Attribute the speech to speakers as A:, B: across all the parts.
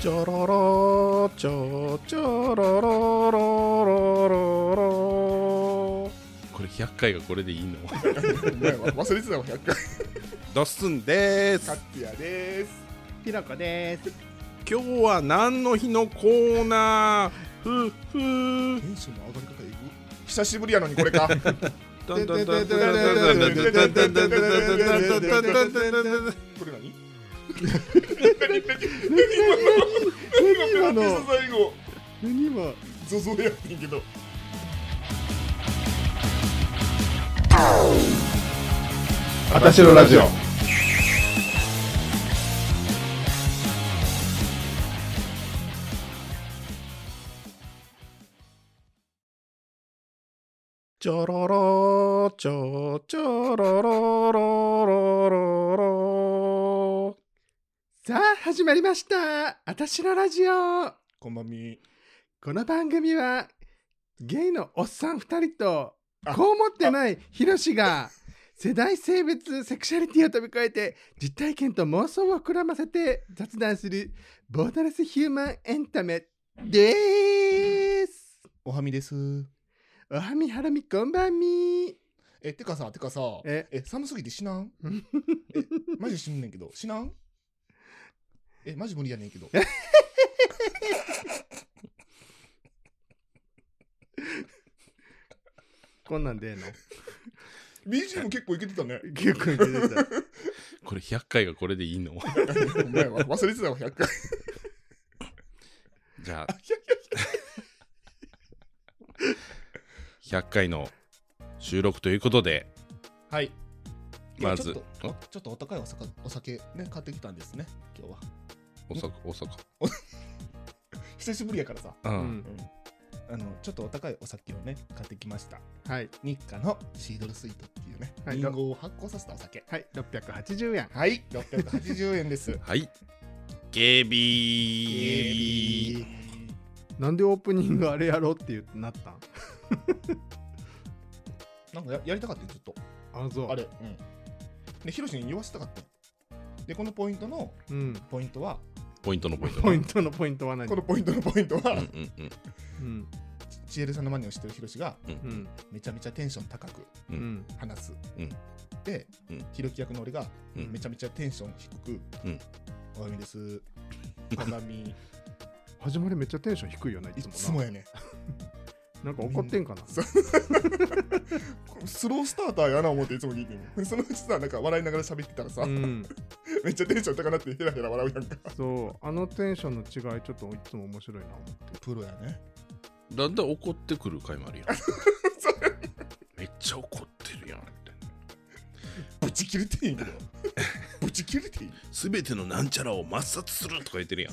A: チョロロチョチョロロロロロロ
B: これ100回がこれでいいの
C: 忘れてたわ100回
B: ドッスンで
C: カッ
B: す
C: ティアです
A: ピロコです
B: 今日は何の日のコーナーふっふー
C: テンションの上がり方えぐ久しぶりやのにこれか
B: ダンダンダンダンダンダンダンダンダンダンダンダンダンダン
C: これ何今の今の
A: 何今の
C: 最後
A: 何今
C: ゾゾやってんけど
A: 私のラジオチョロロチョチョロロロロロロさあ始まりました私のラジオ
C: こんばんみ
A: この番組はゲイのおっさん2人と
C: あ
A: こう思ってないヒロシが世代性別セクシャリティを飛び越えて実体験と妄想を膨らませて雑談するボーダレスヒューマンエンタメです
C: おはみです
A: おはみはらみこんばんみ
C: えてかさてかさ
A: え
C: 寒すぎて死なんえマジ死んねんけど死なんえマジ無理やねんけど
A: こんなんでええの
C: BGM 結構いけてたね
A: 結構いけてた
B: これ100回がこれでいいの
C: お前は忘れてたわ100回
B: じゃあ100回の収録ということで
C: はい
B: まず
C: いやちょっとおちょっとお高いお酒お酒ね買ってきたんですね今日は
B: おさかおさか
C: 久しぶりやからさ、
B: う
A: うんん
C: うん、あのちょっとお高いお酒をね買ってきました
A: はい
C: 日課のシードルスイートっていうね、
A: はい
C: リンゴを発酵させたお酒
A: はい680円
C: はい680円です
B: はいゲービー
A: なんでオープニングあれやろうって言ってなったん
C: なんかややりたかったよずっと
A: あそう
C: あれうんでヒロシに言わせたかったよでこのポイントの
A: うん
C: ポイントは
B: ポイントのポイント
A: ポイントのポイントは何
C: このポイントのポイント
B: う
C: は、
B: んうんうん
A: うん
C: ちえるさんのマネを知ってるヒロシが
A: うん
C: めちゃめちゃテンション高く
A: う
B: うんん
C: 話す、
B: うん
C: で、
B: うん
C: ひろき役の俺が
B: うん
C: めちゃめちゃテンション低く「
B: うん
C: おはみです」 「おはみ」
A: 始まりめっちゃテンション低いよねい
C: い
A: つもな
C: つもやねん
A: なんか怒ってんかな
C: そうスロースターターやな思っていつも聞いてる のそのうちさなんか笑いながら喋ってたらさ、
A: うん、
C: めっちゃテンション高なってヘラヘラ笑うやんか
A: そうあのテンションの違いちょっといつも面白いな思って
C: プロやね
B: だんだん怒ってくる回もあるやん めっちゃ怒ってるやんって
C: ぶち切れていい けどぶち切れていい
B: 全てのなんちゃらを抹殺するとか言っ てるやん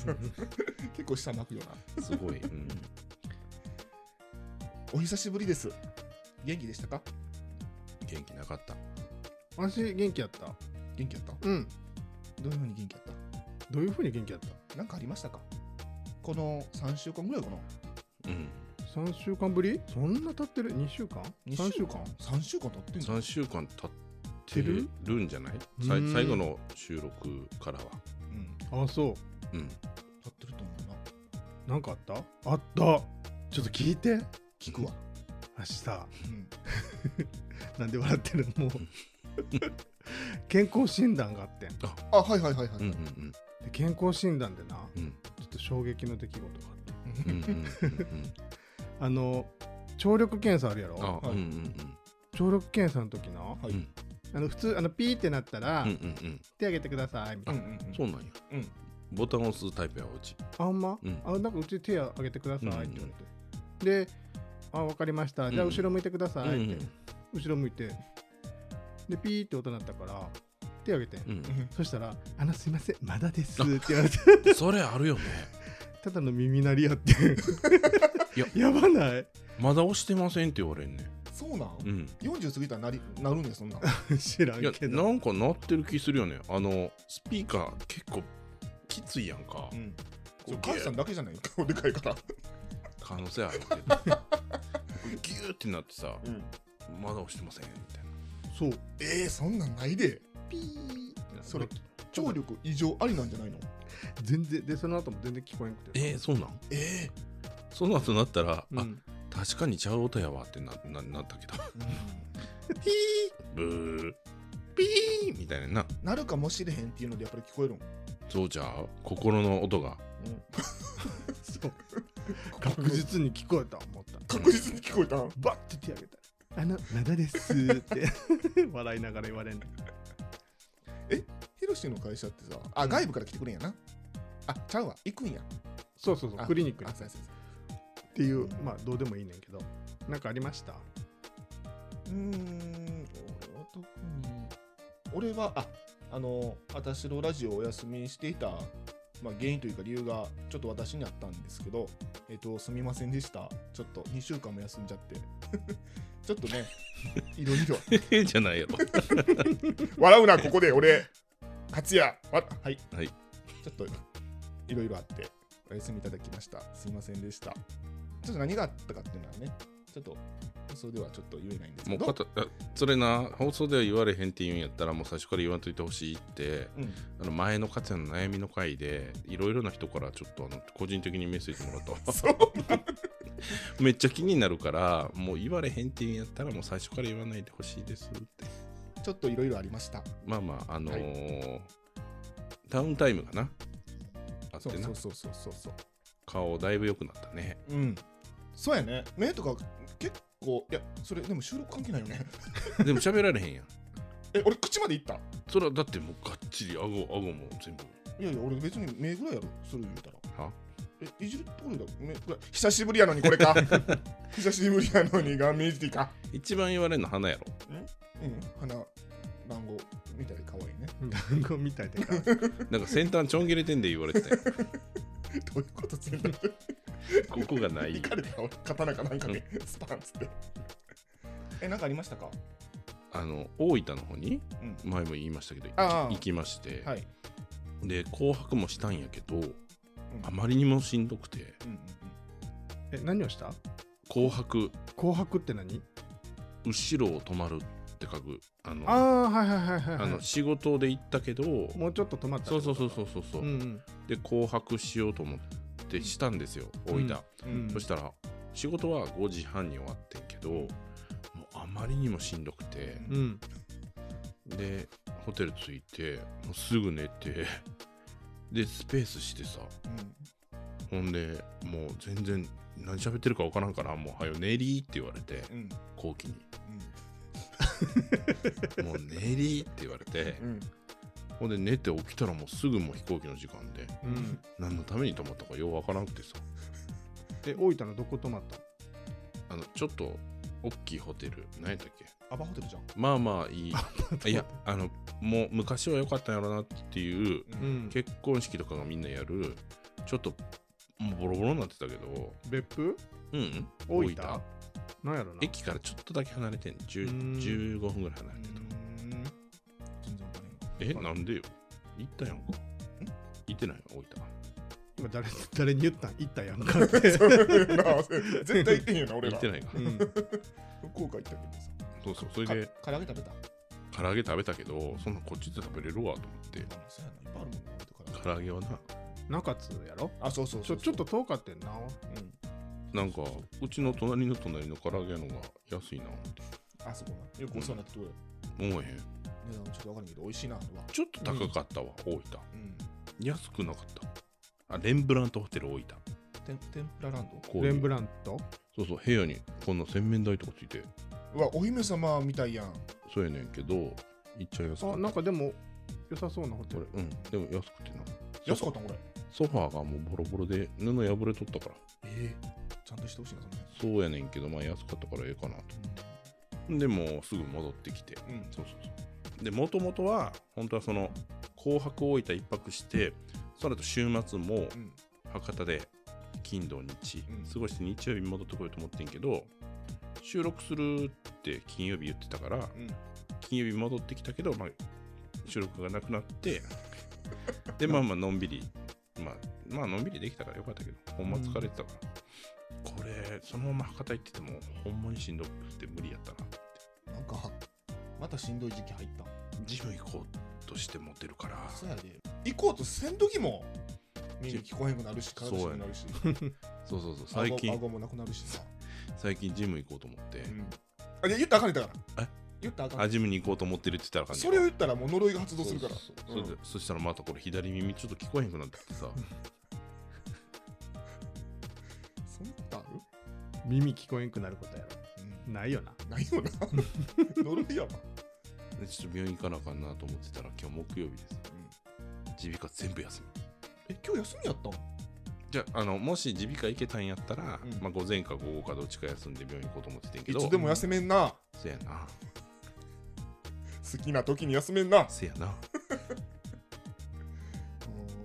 C: 結構下巻くよな
B: すごい、うん、
C: お久しぶりです元気でしたか
B: 元気なかった
A: 私元気やった
C: 元気やったど
A: うん
C: ういうふうに元気やった
A: どういうふうに元気やった
C: なんかありましたかこの3週間ぐらいかな
B: うん
A: 3週間ぶりそんな経ってる2週間
C: 二
A: 3週間
C: ?3 週間経ってんの
B: 3週間経ってるんじゃないさ
A: うん
B: い最後の収録からは
C: うん経
A: あそ
B: うん
C: ってると思うな
A: うなんかあったあったちょっと聞いて
C: 聞くわ、
A: 明日
C: うん、
A: なんで笑ってるもう健康診断があってんで
C: あはいはいはいはい、
B: うんうん
A: 健康診断でな
B: うん
A: ちょっと衝撃の出来事があって
B: うんうんうんうん
A: あの聴力検査あるやろ
B: あうんうん
A: 聴力検査の時な、
C: はい
B: うん
A: あの普通あのピーってなったら、
B: うんうんうん
A: 手あげてくださいみた
C: う
A: い
C: んう
A: な、
C: んうん
B: そうなんや
C: うん
B: ボタンを押すタイプやうち
A: あほんま、
B: うん
A: あなんかうち手あげてくださいって言われて、であ分かりましたじゃあ
B: うん
A: 後ろ向いてくださいって、
B: うん
A: 後ろ向いてでピーって音鳴ったから手あげて、
B: うん
A: そしたら「あのすいませんまだです」って言われて
B: うんそれあるよね
A: ただの耳鳴りやって
B: や
A: やばない
B: まだ押してませんって言われんね
C: そうなん、
B: うん
C: 40過ぎたらなりなるんやそん なん
A: 知ら
B: いや
A: んけ
B: な
A: ど
B: んかなってる気するよねあのスピーカー結構きついやんか、
C: うん
B: こう
C: そう
B: ギュ
C: 母さんだけじゃない 顔でかいから
B: 可能性あるけどギューってなってさ
C: うん
B: まだ押してませんみたいな
A: そう
C: えー、そんなんないで
A: ピーってなって
C: それ聴力異常ありなんじゃないの
A: 全然でその後も全然聞こえんくて、
B: えー、そうなん
C: ええ
B: その後なったら、
A: う
B: あ
A: ん、
B: 確かにちゃう音やわってなななったけど
A: ピ
B: ブーピーみたいなな
C: なるかもしれへんっていうのでやっぱり聞こえるん、
B: そうじゃう心の音が
A: ーそう確実に聞こえた思った
C: 確実に聞こ えた
A: バッて手挙げたあのなだですって 笑いながら言われんの
C: ヒロシの会社ってさあ外部から来てくれんやなあちゃうわ行くんや
A: そうそうそう
C: あ
A: クリニックに
C: あ
A: っ
C: そうそうそう
A: ていうまあどうでもいいねんけどなんかありました
C: うーん特に俺はああの私のラジオをお休みしていた、まあ、原因というか理由がちょっと私にあったんですけどえっ、とすみませんでしたちょっと2週間も休んじゃって ちょっとねいろいろ
B: へへじゃないやろ
C: 笑うなここで俺勝也わはい、
B: はい
C: ちょっといろいろあってお休みいただきましたすいませんでしたちょっと何があったかっていうのはねちょっと放送ではちょっと言えないんです
B: も
C: け
B: う
C: ど
B: かたあそれな放送では言われへんって言うんやったらもう最初から言わんといてほしいって
C: うん
B: あの前のかつやの悩みの回でいろいろな人からちょっとあの個人的にメッセージもらったわ
C: そ う
B: めっちゃ気になるからもう言われへんって言うんやったらもう最初から言わないでほしいですって
C: ちょっといろいろありました。
B: まあまああのーダウンタイムがなあって
C: そう
B: な
C: そうそうそうそうそう。
B: 顔だいぶ良くなったね
C: うん。そうやね。目とか結構、いや、それでも収録関係ないよね。
B: でも喋られへんやん
C: え、俺口までいった
B: それはだってもうがっちり顎顎も全部
C: いやいや、俺別に目ぐらいやろ、それ言うたら。
B: は
C: え、いじるところだ、目ぐらい。久しぶりやのにこれ か。久しぶりやのに顔面いじりか。
B: 一番言われるの花やろ
C: うん、鼻、番号みたいで可愛いね。
A: 団子みたいでか
B: なんか先端ちょん切れてんで言われてたよ
C: どういうこと全部。
B: ここがない
C: いかれた俺、刀かなんかで、スパンつって。え、なんかありましたか
B: あの大分の方に
C: うん。
B: 前も言いましたけど
C: ああ
B: 行きまして、
C: はい。
B: で紅白もしたんやけどあまりにもしんどくて
C: うんうん
A: え何をした
B: 紅白
A: 紅白って何
B: 後ろを止まるって書くあの
A: ああはいはいはいはい、
B: あ
A: はい、
B: の仕事で行ったけど
A: もうちょっと止まった
B: そうそうそう
A: う
B: そうそうそう、
A: ん
B: で紅白しようと思ってしたんですよ大分、
C: うん。
A: うん
B: そしたら仕事は5時半に終わってんけどもうあまりにもしんどくて
A: うんうん
B: でホテル着いてもうすぐ寝てでスペースしてさ
C: うん
B: ほんでもう全然何喋ってるか分からんからもう「はよ寝り」って言われて
C: うん
B: 後期に「もう寝り」って言われ て
C: うん
B: ほんで寝て起きたらもうすぐもう飛行機の時間で
A: うん
B: 何のために泊まったかよう分からなくてさ
A: で大分のどこ泊まった
B: あのちょっと大きいホテル何やったっけ
C: アパホテルじゃん。
B: まあ まあいいいやあのもう昔は良かったんやろなっていう
A: う。ん
B: 結婚式とかがみんなやるちょっともうボロボロになってたけど
A: 別府
B: うんうん
A: 大分なんやろな
B: 駅からちょっとだけ離れてん10
A: うん
B: 15分ぐらい離れて
C: 全然わかんない
B: たえなんでよ行ったやんか行ってないの大
A: 今誰誰に言ったん行ったやんかって、
C: 絶対行ってんよな、
B: 分
C: 俺
B: 行
C: ら。
B: ってないか
A: うん、
C: 福岡行ったけどさ。
B: そうそうそれで
C: 唐揚げ食べた
B: 唐揚げ食べたけどそんなこっちで食べれるわと思って
C: あそうやな、いっぱいあるもんね、唐揚げ
B: 唐揚げはな
A: 中津やろ
C: あ、そうそう
A: ち
C: そ
A: ょ
C: う。
A: ちょっと、遠かってんな
C: うん。
B: なんかうちの隣の隣の唐揚げのが安いなって
C: あそこな。よくお世話になったとこや。
B: 思えへん
C: 値段ちょっとわかんないけど、美味しいな、あれは。
B: ちょっと高かったわ、大分
C: うん。
B: 安くなかったあレンブラントホテル大分
C: 天天ぷらランド
B: こうい
A: レ
B: う
A: ンブラント
B: そうそう部屋にこんな洗面台とかついて
C: うわ、お姫様みたいやん。
B: そうやねんけど行っちゃいやすかった
A: あなんかでも良さそうなホテ
B: こ
A: ル
B: れうんでも安くてな
C: 安かったん、これ。
B: ソファーがもうボロボロで布破れとったから
C: ええ。ちゃんとしてほしいな、その辺
B: そうやねんけどまあ安かったからええかなとでもうすぐ戻ってきて
C: うん。うん。
B: そうそうそうでもともとは本当はその紅白大分一泊してその後週末も
C: うん。
B: 博多で金土日
C: うん
B: 過ごして日曜日戻ってこようと思ってんけど収録するって金曜日言ってたから
C: うん。
B: 金曜日戻ってきたけど、まあ、収録がなくなってでまあまあのんびり、まあ、まあのんびりできたからよかったけどほんま疲れてたから、これそのまま博多行っててもほんまにしんどくて無理やったな
C: なんか、またしんどい時期入った。
B: ジム行こうとしてモテるから
C: そうやで行こうとせん時も耳聞こえんくなるし体しくなるし
B: そうそうそう
C: 顎
B: 最近
C: 顎もなくなるしさ、
B: 最近ジム行こうと思って、
C: うん、あいや言ったらあかんねだから
B: え
C: 言ったらあかん
B: あジムに行こうと思ってるって言ったらあかん
C: それを言ったらもう呪いが発動
B: う
C: するから
B: そうそうそれでそしたらまたこれ左耳ちょっと聞こえへんくなってきてさ
C: そんなことある、
A: 耳聞こえんくなることやろ。ないよな。
C: ないよな 呪いやわ、
B: でちょっと病院行かなあかんなと思ってたら今日木曜日です耳鼻科全部休み
C: え今日休みやったん
B: じゃああのもし耳鼻科行けたんやったら、
C: うん
B: まあ、午前か午後かどっちか休んで病院行こうと思っててんけ
C: い
B: ど
C: つでも休めんな
B: せやな
C: 好きな時に休めんな
B: せやなは
C: う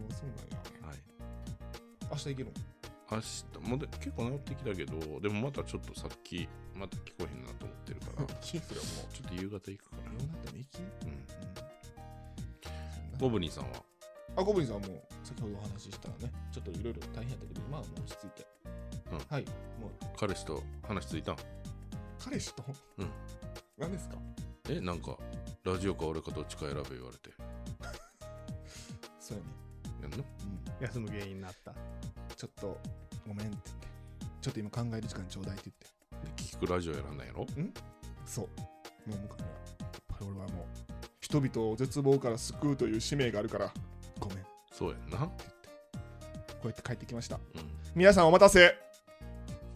C: んそうなんや
B: い
C: 明日行けるの
B: 明日もうで結構治ってきたけどでもまたちょっとさっきまた聞こえへんなと思ってるからち
C: シンプルはも
B: ょっと夕方行くか
C: う夜なったら行き
B: らうん
C: う
B: ゴ
C: ん
B: ブリンさんは
C: あゴブリンさんはもう先ほどお話ししたらねちょっといろいろ大変やったけどまあもう落ち着いて、
B: うん
C: はいもう
B: 彼氏と話ついたん
C: 彼氏と
B: うん
C: 何ですか
B: えなんかラジオか俺かどっちか選べ言われて
C: そうやね、
B: やんの
C: うん、
A: 休む原因になった。
C: ちょっとごめんって言ってちょっと今考える時間ちょうだいって言
B: で聞くラジオ選んだんやろ
C: ってそうもう向こうにはやっぱり俺はもう人々を絶望から救うという使命があるからごめんこ
B: そうやんな
C: うやって帰ってきました
B: うん
C: 皆さんお待たせ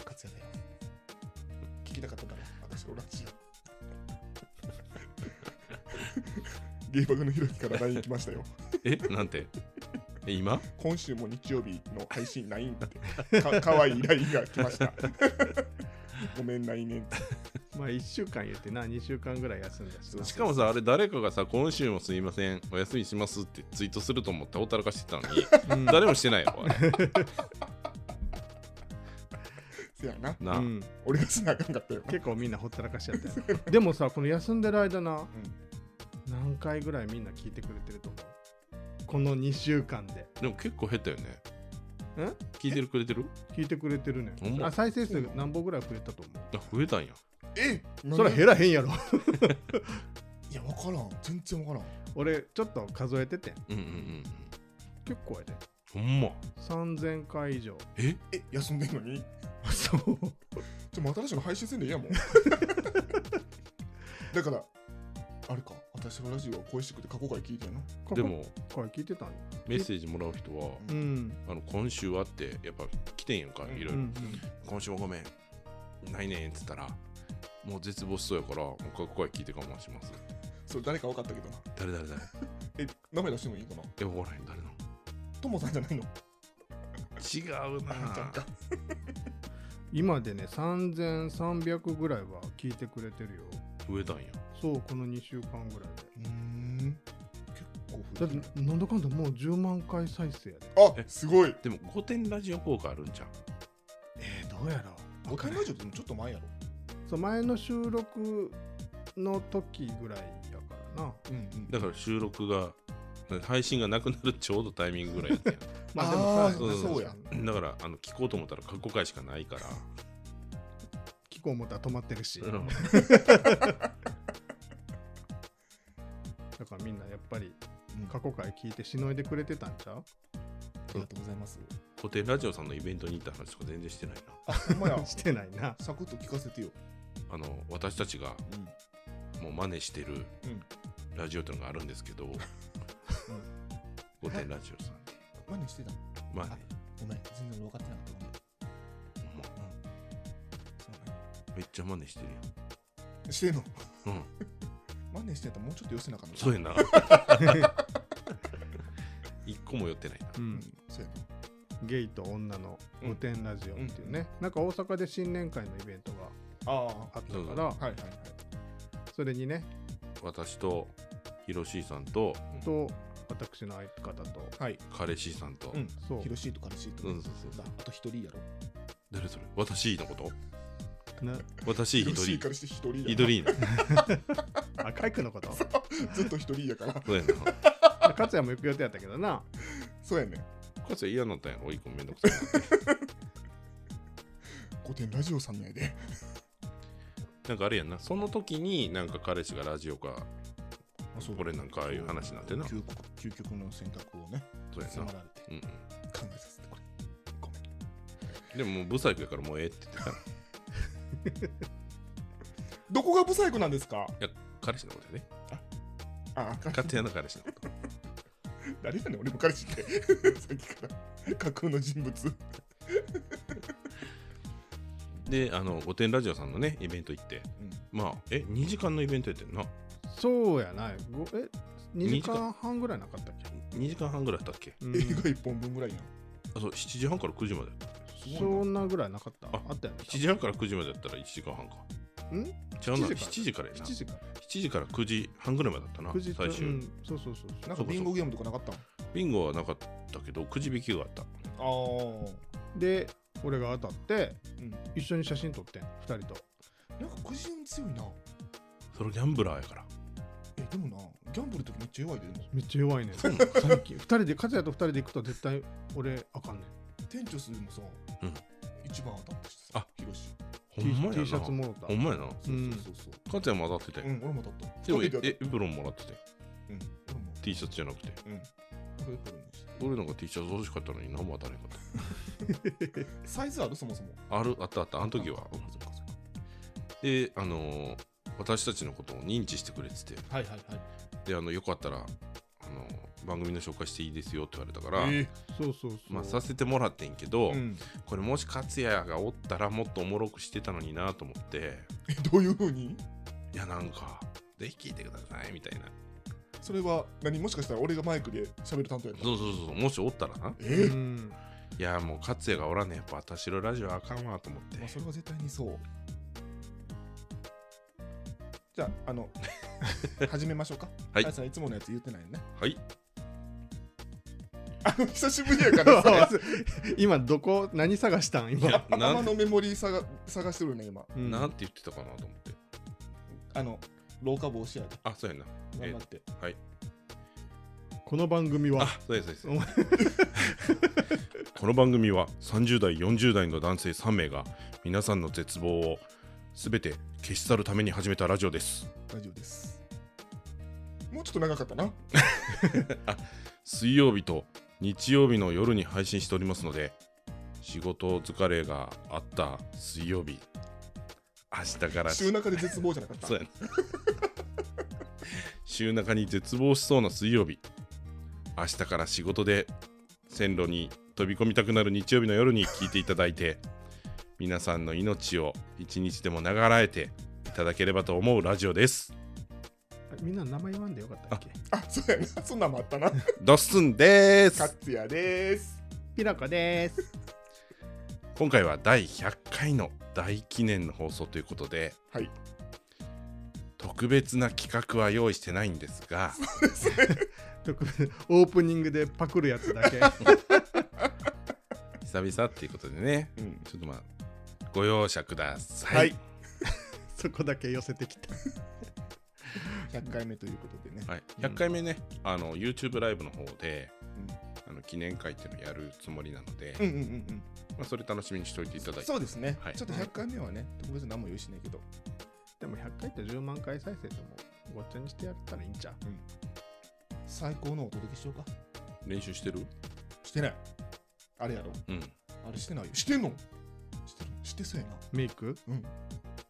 C: カツヤだよ聞きたかったから私のラジオ芸爆のひろきから LINE 来ましたよ
B: えなんてえ今
C: 今週も日曜日の配信ないんってかかわいい LINE が来ましたごめんないねんって
A: まあ1週間言ってな、2週間ぐらい休んだ しな。
B: しかもさあれ誰かがさ今週もすいませんお休みしますってツイートすると思ってほったらかしてた のに
A: うん、
B: 誰もしてないよあれ
C: せやな
B: なあ、
A: うん
C: 俺がすなあかんかったよな
A: 結構みんなほったらかしちゃったよな。でもさ、この休んでる間な、
C: うん
A: 何回ぐらいみんな聞いてくれてると思うこの2週間で。
B: でも結構減ったよね
A: ん
B: 聞いてるくれてる
A: 聞いてくれてるね
B: ほん。ま
A: あ再生数何本ぐらい増えたと思
B: あ増えたんや
C: え
A: うそれ減らへんやろ。
C: いや分からん全然分からん
A: 俺、ちょっと数えててん。
B: うんうんうん
A: 結構やで。
B: ほんま
A: 3000回以上。
B: え
C: え休んでんのに
A: そう。
C: ちょもう 新しいの配信せんでいいやもんだからあれか私のラジオは恋しくて過去回聞いてんの
B: で、も
A: これ聞いてたんよ
B: メッセージもらう人は
A: うん。
B: あの今週はってやっぱ来てんやんかいろいろ、
A: うんうん
B: 今週もごめんないねんっつったらもう絶望しそうやからもう一回声聞いて我慢します
C: それ誰か分かったけどな
B: 誰誰誰
C: え名前出してもいいかな
B: え分からへん誰
C: ともさんじゃないの
B: の違うな
C: あちゃん
B: ぁ
C: か
A: 今でね、3300ぐらいは聞いてくれてるよ。
B: 増えたんや
A: そう、この2週間ぐらいで。
C: うーん結
A: だ
C: 構
A: っ
C: 古いね
A: て、なんだかんだもう10万回再生やで。
C: あ
B: え
C: すごい
B: でも5点ラジオ効果あるんじゃん
A: えー、どうやろ
C: 5回ラジオでもちょっと前やろ
A: うそう、前の収録の時ぐらいやからな。
C: うんうん
B: だから収録が配信がなくなるちょうどタイミングぐ らいやったんや
A: まあで
C: あ
A: も
C: ー
A: さ、
B: そうそう
C: そうや
B: だからあの聞こうと思ったら過去回しかないから
A: 聞こう思ったら止まってるし。
B: うん
A: だからみんなやっぱり
C: うん
A: 過去回聞いてしのいでくれてたんちゃう
C: ありがとうございます
B: 古典ラジオさんのイベントに行った話とか全然してないな
C: あほんま や
A: してないな。
C: サクッと聞かせてよ
B: あの私たちが
C: うん
B: もう真似してる
C: うん
B: ラジオっていうのがあるんですけど古典ラジオさん
C: 真似してた
B: まあね
C: ごめん全然分かってなかったごめん
B: ほんま
C: そうなんや
B: めっちゃ真似してる
C: してんの
B: やんうん
C: 真似してたらもうちょっと寄せなあかった
B: そうや な一個も寄ってないな
A: うん。
C: そうやな
A: ゲイと女の御殿ラジオっていうね、なんか大阪で新年会のイベントが
C: あ
A: あったから、
C: あはいはいはい
A: それにね、
B: 私とヒロシーさんと
A: と私の相方と、
C: はい
B: 彼氏さんと、
C: うん
A: そう
C: 広しいと彼氏と
B: うんそうそうそう
C: ああと一人やろ
B: 誰それ私のこと
A: な
B: 私一
C: 広しい
B: 人
C: 彼氏一人や
B: 一人な
A: 赤井君のこと
C: ずっと一人やから
B: そうやな
A: 勝也も行く予定やったけどな
C: そうやね
B: かつて嫌になったんやろ一個めんどくさい
C: 古典ラジオさんのやで
B: なんかあれやんなその時になんか彼氏がラジオか
C: あそう
B: 俺なんかああいう話なんてな
C: 究極究極の選択をね
B: そうやな
C: 迫られ
B: う
C: て
B: ん
C: 考えさせてこれごめん
B: うんでももうブサイクやからもうええって言ってたの
C: どこが不細工なんですか
B: 彼氏のことやね
C: ああ
B: 勝手な彼氏のこと
C: 誰やねん俺の彼氏って さっきから架空の人物
B: であの御殿ラジオさんのねイベント行ってまあえ2時間のイベントやってんな
A: そうやな。ごえ、2時
B: 二時間
A: 間半ぐらいなかったっけ
B: 2時間半ぐらいだったっけ
A: うん
C: 映画1本分ぐらいやん
B: あそう7時半から9時まで
A: そんなぐらいなかった
B: あ
A: あったよね。
B: 7時半から9時までだったら1時間半か
A: ん
B: 違うな7
A: 7
B: 時からやな
A: 7時か
B: 7時から9時半ぐらいまでだったな
A: 9時
B: 最終、
A: うんそうそうそうそう
C: なんかビンゴゲームとかなかったん
B: ビンゴはなかったけどくじ引きがあった
C: あー
A: で俺が当たって
C: うんなん
A: 一緒に写真撮ってん2人と
C: かくじ運強いな
B: それギャンブラーやから
C: えでもなギャンブルの時めっちゃ弱いででも
A: めっちゃ弱いねん
B: うなの
A: 最近2人で勝也と2人で行くと絶対俺あかんねん
C: 店長するもさ、
B: うん
C: 一番当たったしさ
B: あ
C: ヒロシ
A: T,
B: ほんまやな
A: T シャツもろた
B: ほんまやな
C: そうそうそう
B: 勝也も当たって
C: そ
B: て、
C: ううん俺も当たった
B: でもえ
C: 一人
B: エプロンもらってて
C: うん俺も
B: T シャツじゃなくて
C: うん俺これにして
B: 俺なんか T シャツ欲しかったのに何も当たれんかっ
C: サイズあるそもそも
B: たあるあったあったあの時は
C: そっかそっかそっ
B: であのー私たちのことを認知してくれてて
C: かはいはいはい
B: であのよかったらあのー番組の紹介していいですよって言われたから、
C: え
A: そうそうそう
B: まあさせてもらってんけど、
C: ーうん
B: これもし勝也がおったらもっとおもろくしてたのになと思って
C: えどういうふうに
B: いやなんかぜひ聞いてくださいみたいな
C: それは何もしかしたら俺がマイクで喋る担当やった
B: そうそうそうそうもしおったらな
A: う
C: えー
A: ん
B: いやもう勝也がおらんねやっぱ私のラジオはあかんわと思って
C: まあそれは絶対にそうじゃあ あの始めましょうか
B: はい
C: あさんいつものやつ言ってないよね
B: はい
C: あの久しぶりやから さ
A: 今どこ何探したん
B: い
A: 今
B: やな
C: 頭
B: ん
C: のメモリーさが探してるね今
A: うん
B: なんて言ってたかなと思って
C: あの老化防止やで
B: あそうやな
C: 頑張って
B: はい
A: この番組は
B: あそうやそうやそうやこの番組は30代40代の男性3名が皆さんの絶望を全て消し去るために始めたラジオです
C: 大丈夫ですもうちょっと長かったな
B: 水曜日と日曜日の夜に配信しておりますので仕事疲れがあった水曜日明日から
C: 週中で絶望じゃなかった
B: そうやな 週中に絶望しそうな水曜日明日から仕事で線路に飛び込みたくなる日曜日の夜に聞いていただいて皆さんの命を一日でも長らえていただければと思うラジオです
A: みんな名前言わんでよかったっけ
C: あそうやなそんなんもあったな
B: ドッスンです
C: 勝也です
A: ピロコです
B: 今回は第100回の大記念の放送ということで
C: はい
B: 特別な企画は用意してないんですが
A: 特別オープニングでパクるやつだ け
B: 久々っていうことでね
C: うん
B: ちょっとまあご容赦ください、
C: はい
A: そこだけ寄せてきた
C: 100回目ということでね
B: はい、100回目ね、あの YouTube ライブの方で、あの記念会っていうのをやるつもりなので、
C: うんうんうん
B: まあ、それ楽しみにしておいていただい
C: うん
B: て
C: そうですね
B: はい
C: ちょっと100回目はね特別何も用意しないけど
A: でも100回って10万回再生でもごっちゃにしてやったらいいんちゃう
C: 最高のお届けしようか
B: 練習してる
C: してないあれやろ
B: うん
C: あれしてないよしてんのしてるしてそうやな
A: メイク
C: うん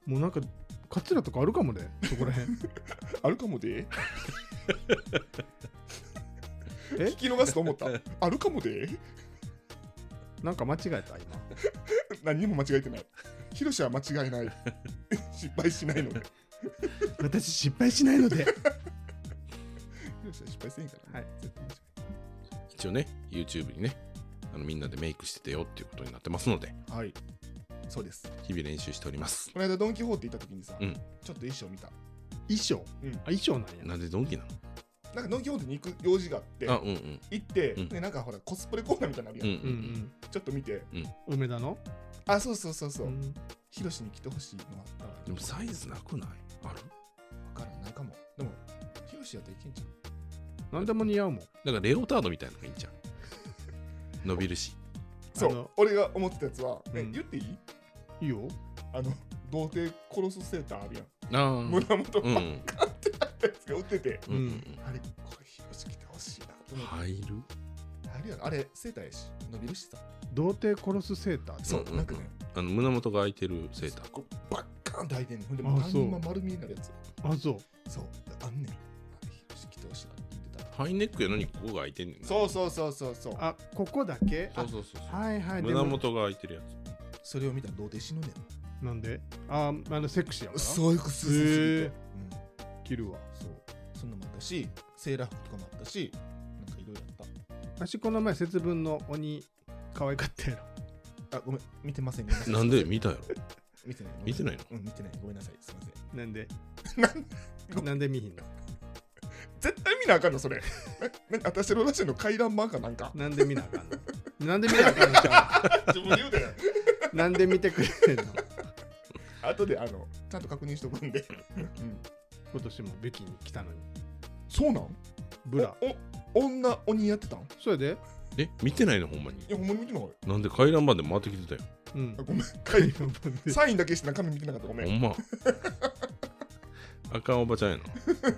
A: もうなんかカツラとかあるかもねそこらへん
C: あるかもで
A: え
C: 聞き逃すと思ったあるかもで
A: なんか間違えた今
C: 何にも間違えてないヒロシは間違いない失敗しないので
A: 私失敗しないので
C: ヒロシは失敗せんから、ね、
A: はい
C: 絶対間違
B: 一応ね YouTube にねあのみんなでメイクしててよっていうことになってますので
C: いないはいそうです
B: 日々練習しております
C: この間ドン・キホーテ行った時にさ、
B: うん
C: ちょっと衣装見た
A: 衣装、
C: うん
A: あ衣装なんや
B: なんでドンキなの
C: なんかドン・キホーテに行く用事があって
B: あうんうん
C: 行って、
B: うん
C: でなんかほらコスプレコーナーみたいなのあるや
B: うん
C: ん、
A: う
B: うん
A: ん
C: ちょっと見て
A: うん梅田の
C: あそうそうそうそう、
A: ん
C: ヒロシに来てほしいのあったら
B: でもサイズなくないある
C: わからないかもでもヒロシやったらいけんじゃん
A: 何でも似合うもん
B: なんかレオタードみたいなのがいいん じゃん伸びるし
C: そ
A: あ
C: う
A: の
C: 俺が思ってたやつは、ね
A: うん
C: 言っていい
A: いいよ
C: あの童貞殺すセーターあるやん
B: ああ
C: 胸元パ
B: う
C: ッ
B: ん
C: たやつが売ってて、
B: うん
C: あれ、これ、広し来てほしいなと思って。
B: 入る
C: 入るやろあれ、セーターやし、伸びるしさ。
A: 童貞殺すセーター
B: う
C: そ
B: んうん
C: う、
B: うん
C: なんかね、
B: あの胸元が開いてるセーター。
C: こうバッカーンって入ってんねん。ほんで、
A: あ
C: もう
A: そう
C: 谷間丸見えになるやつ。
A: あそう
C: そう、あんねん。あれ、広し来てほしいなって言ってた。
B: ハイネックやのにここが開いてんねんな。
C: そうそうそうそうそう。
A: あここだけ
B: そうそうそう
A: あはいは
B: そう。
A: い
B: 胸元が開いてるや
C: それを見たら童貞死ぬねん。
A: なんでああのセクシーやから
C: そういうことそうそうそう
A: へー
C: うん
A: 着るわ
C: そう。そんなのもあったし、セーラー服とかもあったし、なんかいろいろあっ
A: 私この前節分の鬼可愛かったやろ
C: た。あ、ごめん、見てません。ごめさ
B: つ。
C: い
B: なんで見たやろ
C: 見てない。
B: 見て
C: い。
B: ないの
C: うん、見てない。ごめんなさい。すいません。
A: なんで
C: なん
A: なんで見ひんの。
C: 絶対見なあかんの、それ。 ななんか私のラジオの回覧版かなんか
A: なんで見なあかんのなんで見なあかんのちゃ
C: 自分で言うてない。
A: うなんで見てくれてんの
C: 後で、あの、ちゃんと確認しとくんで。 うん。
A: 今年もビキに来たのに
C: そうなん
A: ブラ
C: お、お、女鬼やってたんい
A: それで
B: え、見てないのほんまに。
C: や、ほんまに見てない。
B: なんで回覧板で回ってきてたよ。
A: うん
C: あごめん。回 覧
A: なんで
C: サインだけして中身見てなかった。ごめ
B: ほ
C: ん。
B: んま。あかんおばちゃんやな。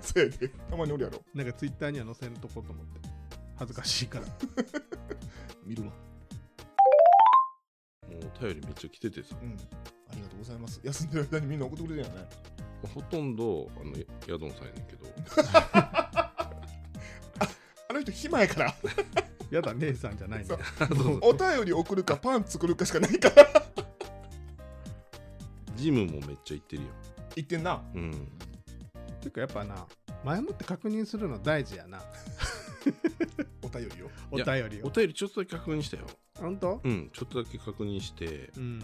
C: せやで。たまにおるやろ。
A: なんかツイッターには載せんとこうと思って恥ずかしいから
C: 見るわ。
B: もうお便りめっちゃ来ててさ。
C: うん。ありがとうございます。休んでる間にみんな送ってくれてるよね。
B: ほとんど、あの、宿のさんやねんけど。
C: あの人暇やから。
A: やだ姉さんじゃないんだよもう
C: お便り送るかパン作るかしかないから。
B: ジムもめっちゃ行ってるよ。
C: 言ってんな。
B: うん。
A: てかやっぱな前もって確認するの大事やな
C: お便りを。
A: お便り
B: お
A: を
B: 便りちょっとだけ確認したよ。
A: 本当
B: うん、ちょっとだけ確認して、
A: うん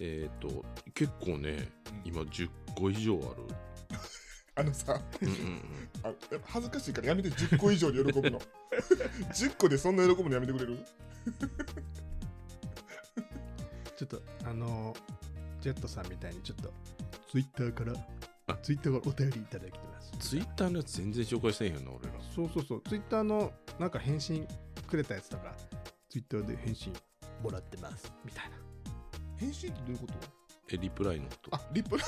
B: えっ、と、結構ね、今10個以上あ
C: あのさ、
B: る。うんうんう ん
C: あやっぱ恥ずかしいからやめて10個以上で喜 ぶの。10個でそんな喜ぶのやめてくれる
A: ちょっとあのージェットさんみたいにちょっとツイッターから
B: あ
A: ツイッターからお便りいただいてます
B: ツイッターのやつ全然紹介せんよな、俺ら。
A: そうそうそうツイッターのなんか返信くれたやつとかツイッターで返信もらってますみたいな
C: 返信ってどういうこと
B: え、リプライのこと。
C: あ、リプラ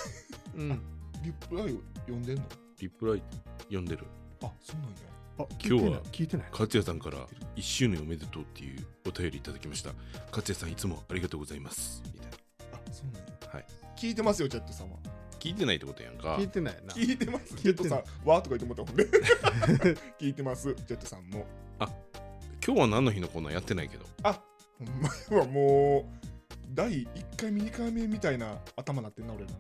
C: イ、
A: うん
C: リプライを読んでんの
B: リプライ読んでる。
C: あ、そうなんや。
A: あ
B: 今日は
A: 聞いてないの
B: 勝也さんから1周年おめでとうっていうお便りいただきました。勝也さんいつもありがとうございます。みたいな。
C: あ、そうなんや。
B: はい。
C: 聞いてますよ、チャットさんは。
B: 聞いてないってことやんか
A: 聞い。てないな
C: 聞いてます。チ
A: 聞
C: ャ
A: いて
C: ット
A: る
C: さん、わーとか言ってもったもんね。 聞いてます、チャットさんも。
B: 今日は何の日のコーナーやってないけど。
C: あ、ほんまやわもう、第1回目、2回目みたいな頭なってんな、俺らな。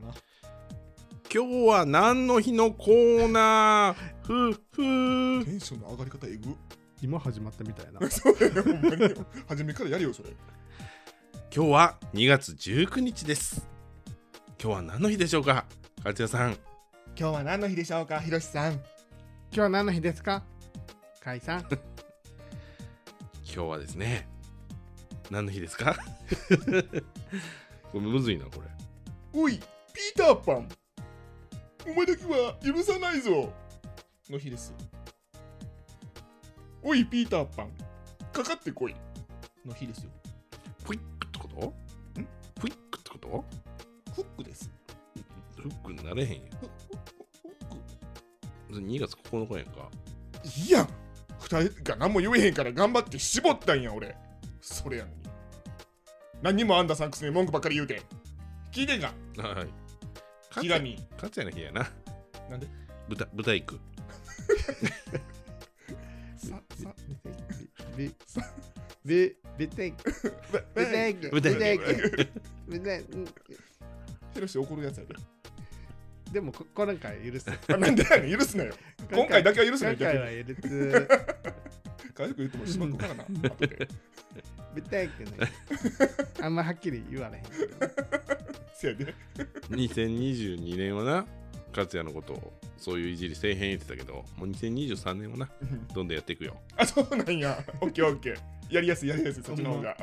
B: 今日は何の日のコーナー ふっふー。
C: テンションの上がり方えぐ。
A: 今始まったみた いな
C: そうだよ、ほんまに。初めからやるよ、それ。
B: 今日は2月19日です。今日は何の日でしょうか勝也さん。
C: 今日は何の日でしょうか、ひろしさん。
A: 今日は何の日ですか解 散
B: 今日はですね何の日です かこれむずいなこれ
C: おい、ピーターパン。お前だけは許さないぞ。の日です。おい、ピーターパン。かかってこい。の日ですよ。
B: フィックってこと
C: ん
B: フィックってこと
C: フックです。
B: フックになれへんやん
C: フック。
B: 2月9日やんか
C: いいやん。二人が何も言えへんから頑張って絞ったんや、俺。それやのに。何にもあんださんくすに文句ばっかり言うて。聞いてんか、
B: はい
C: ひ
B: 勝
C: が
B: 也
C: み。
B: 勝也の日やな
C: なんで
B: 豚豚肉
C: さ、さ、
A: べべべて
C: べ、べ、
B: ぶてん
C: ひろし怒るやつやで。
A: でもこ 今回許す
C: あなんでやねん許すなよ。今回だけは許すな
A: 今
C: よ。逆
A: 回
C: に
A: は許す
C: 軽く言ってもしまくからな。後で
A: べてんってねあんまはっきり言われへんけど
C: せやで。
B: 2022年はな勝也のことをそういういじりせえへん言ってたけどもう2023年はなどんどんやっていくよ
C: あ、そうなんや。オッケーオッケー。やりやすいやりやすい、そっちの方が。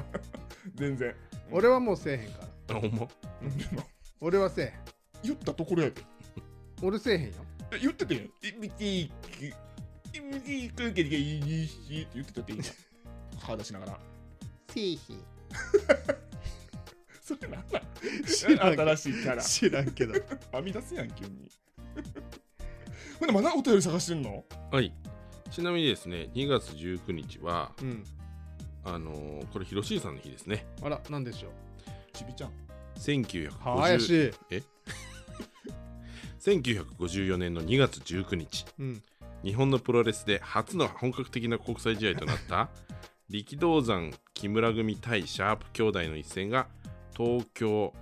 C: 全然。
A: 俺はもうせえへんから
B: あほんま
C: うんでも
A: 俺はせえへん
C: 言ったところやで。
A: 俺せえへんよ
C: え言っててんやん。いびきいき。いびきいくけりけいいいいって言ってたっていいじゃん。歯出しながら。
A: せえへん
C: それなんなん
A: 知らんけど
C: 新しいキャラ。
A: 知らんけど
C: 編み出すやん、急に。ほんでまだお便り探してんの
B: はい。ちなみにですね、2月19日は、
A: うん。
B: あのーこれ、広重さんの日ですね。
A: あら、なんでしょう。
C: ちびちゃん
B: 1950
A: 林。
B: 1954年の2月19日、
A: うん。
B: 日本のプロレスで初の本格的な国際試合となった 力道山木村組対シャープ兄弟の一戦が東京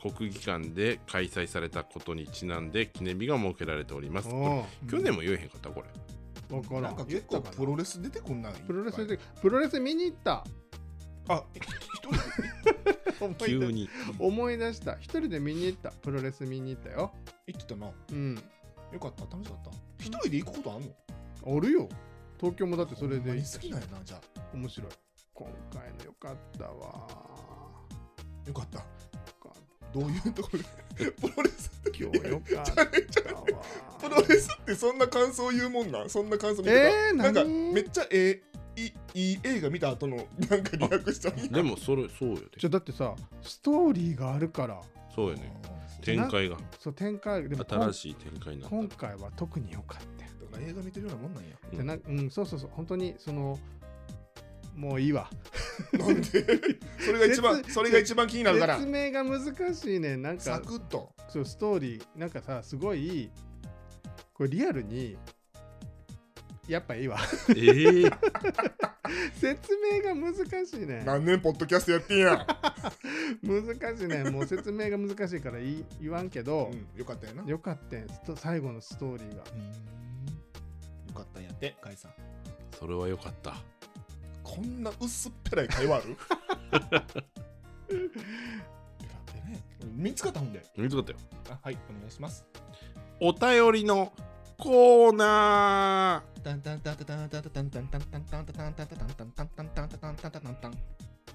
B: 国技館で開催されたことにちなんで記念日が設けられております。こ
A: お
B: れ去年も言えへんかったこれ。
A: お。わからん。
C: なんか結構プロレス出てこない
A: プロレスで、プロレス見に行った。
C: あ一人で
A: 思い出
B: 急。に。
A: 思い出した。一人で見に行った。プロレス見に行ったよ。
C: 行ってたな
A: うん。
C: よかった楽しかった一人で行くことあんの
A: あるよ。東京もだってそれ
C: ほんま
A: で
C: に好きなんやなじゃあ
A: 面白い。今回の良かったわ。
C: よかったどういうところで プロレスって
A: 今日良かっ
C: じゃあねじゃあ
A: た
C: ね
A: わ。
C: プロレスってそんな感想言うもんなんそんな感想見てた、
A: えー
C: なんか
A: 何
C: めっちゃええいいい映画見た後のなんかリアクション
B: でもそれそうよね。
A: じゃあだってさ、ストーリーがあるから、
B: そうよね。展開が
A: そう展開、でもこん
B: 新しい展開になった。
A: 今回は特に良かったよ。
C: だから映画見てるようなもんなんや
B: うん
A: でなうん、そうそうそう、本当にその、もういいわ。
C: なんでそれが一番
A: 説
C: それが一番気になるから
A: 説明が難しいね。なんか、
C: サクッと
A: そうストーリー、なんかさ、すごい、これリアルに、やっぱいいわ。
B: ええ
A: 説明が難しいね。
C: 何年ポッドキャストやってんや、
A: 難しいね。もう説明が難しいから言い言わんけど、
C: うん、よかったやな
A: よかったよスト最後のストーリーが。
C: うんよかったんやって甲斐さん
B: それは良かった。
C: こんな薄っぺらい会話あるペラペラや見つかったほんで
B: 見つかったよ。
C: あはいお願いします
B: お便りのコーナ
D: タンタンタンタンタンタンタンタンタンタンタンタンタンタンタンタンタンタンタンタンタンタン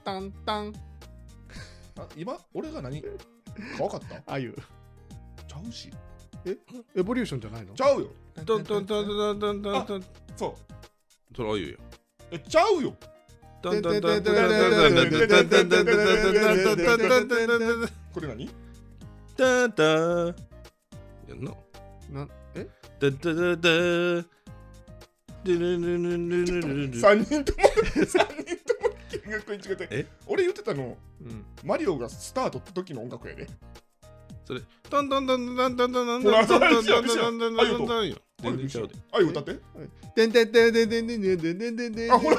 A: タンタン、
C: あ今俺が何怖かった
A: あゆ。
C: ちゃうし
A: エボリューションじゃないの
C: ちゃうよ
B: ートントントントントントントン
C: そう
B: それあゆよ。
C: えちゃうよ
B: トントントントントントントントントントントントントントントントントン
C: これ何
B: トントンやんな。
A: なえ
B: トントントントンルルルルルルルル
C: 三人とも三人とも金額に違って
B: え
C: 俺言ってたの
A: うん。
C: マリオがスタートった時の音楽やで
B: それトントントントントントントントントントントントントントンよ全然ちゃうで
C: あい歌って
A: てんてんてんてんてんてんてんてんてんてんてん
C: あほら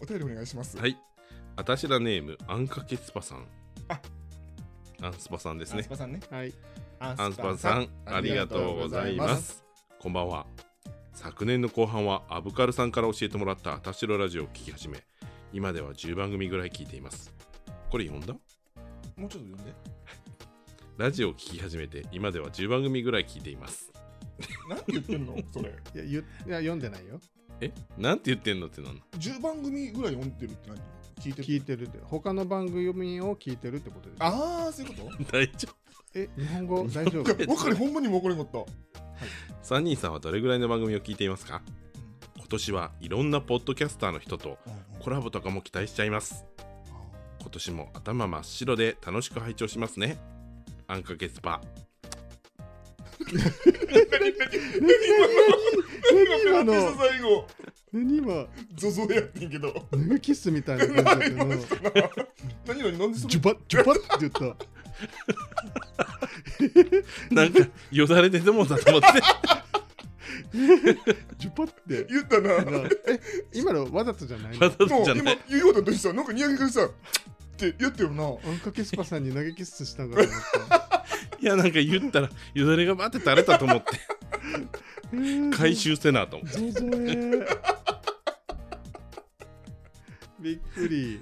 C: お便りお願いします
B: はいあたしらネームあんかけスパさん
C: あ
B: あんスパさんです
C: アン
B: ね
C: スパさんね
A: はい。
B: アンスパンさん、ありがとうございます。こんばんは。昨年の後半はアブカルさんから教えてもらったあたしろラジオを聞き始め、今では10番組ぐらい聞いています。これ読んだ
C: もうちょっと読んで
B: ラジオを聞き始めて、今では10番組ぐらい聞いています。
C: 何言ってんのそれ
A: いや、ゆいや読んでないよ。
B: えなんて言ってんのってなんの
C: 10番組ぐらい読んでるって何聞いてる
A: 聞いてるって。他の番組を聞いてるってことです。
C: ああそういうこ
B: 大丈夫
A: え、日本語大丈夫
C: と分かるほんまにもうこれんかった
B: ?3 人さんはどれぐらいの番組を聞いていますか今年はいろんなポッドキャスターの人とコラボとかも期待しちゃいます。今年も頭真っ白で楽しく拝聴しますね。あんかけスパ。
A: 何今
C: 何
A: の
C: 最後
A: 何今
C: ゾゾやってんけど
A: 脱ぐキスみたいな感じだけど。
C: 何何なんでそれ
A: ジュパッジュパッって言った。
B: なんかよだれ出てもうたと思って。
A: ジュパッって。
C: 言ったな
A: なえ、今のわざとじゃない
B: わ
A: の
B: ざ
C: も
B: と
C: う
B: じゃな
C: 今
B: い。
C: 言おうとしたなんかにやけからさってやってよな
A: あんかけスパさんに投げキスしたんかと思った。
B: いやなんか言ったらよだれがバって垂れたと思って 回収せなと思って。
A: ゾゾエ。 びっくり。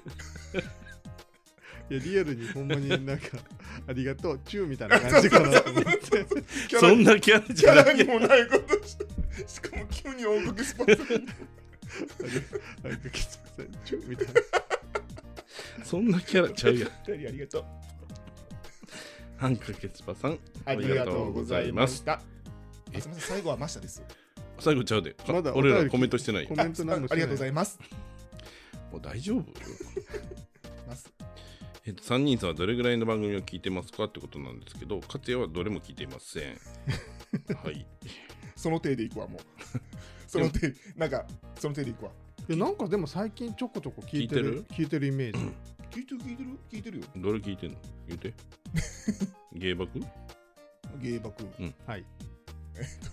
A: いや、リアルにほんまになんか、ありがとう、チューみたいな感じかなと思って。
C: キャ
B: そ
C: ラ
B: んなキャラ
C: キ
B: じゃ
C: ャ
B: な
C: ラに
B: い。
C: もないことしてしかも急に音楽スパッツ
A: あんかけスパさん、チューみたいな。
B: そんなキャラちゃうやん。
C: 二人ありがとう
B: あんかけつばさん。
C: ありがとうございましたあ
B: え
C: すみません最後はマシタです
B: 最後ちゃうで。か
A: まだお便
B: 俺
A: り
B: らコメントしてない
A: コ
B: よ。
A: メント
C: あ
A: なんか
C: ありがとうござ
A: い
C: います
B: もう大丈夫
C: ます
B: えっと、3人さんはどれぐらいの番組を聞いてますかってことなんですけど、かつやはどれも聞いていませ ん。はい。
C: その手でいくわ、 もう。その手、なんか、その手でいくわ。
A: いやなんかでも最近ちょこちょこ聞いてる聞いてるイメージ
C: 聞いてる、聞いてる、聞いてるよ。
B: どれ聞いてんの言う て。芸爆
C: 芸爆。え
A: はい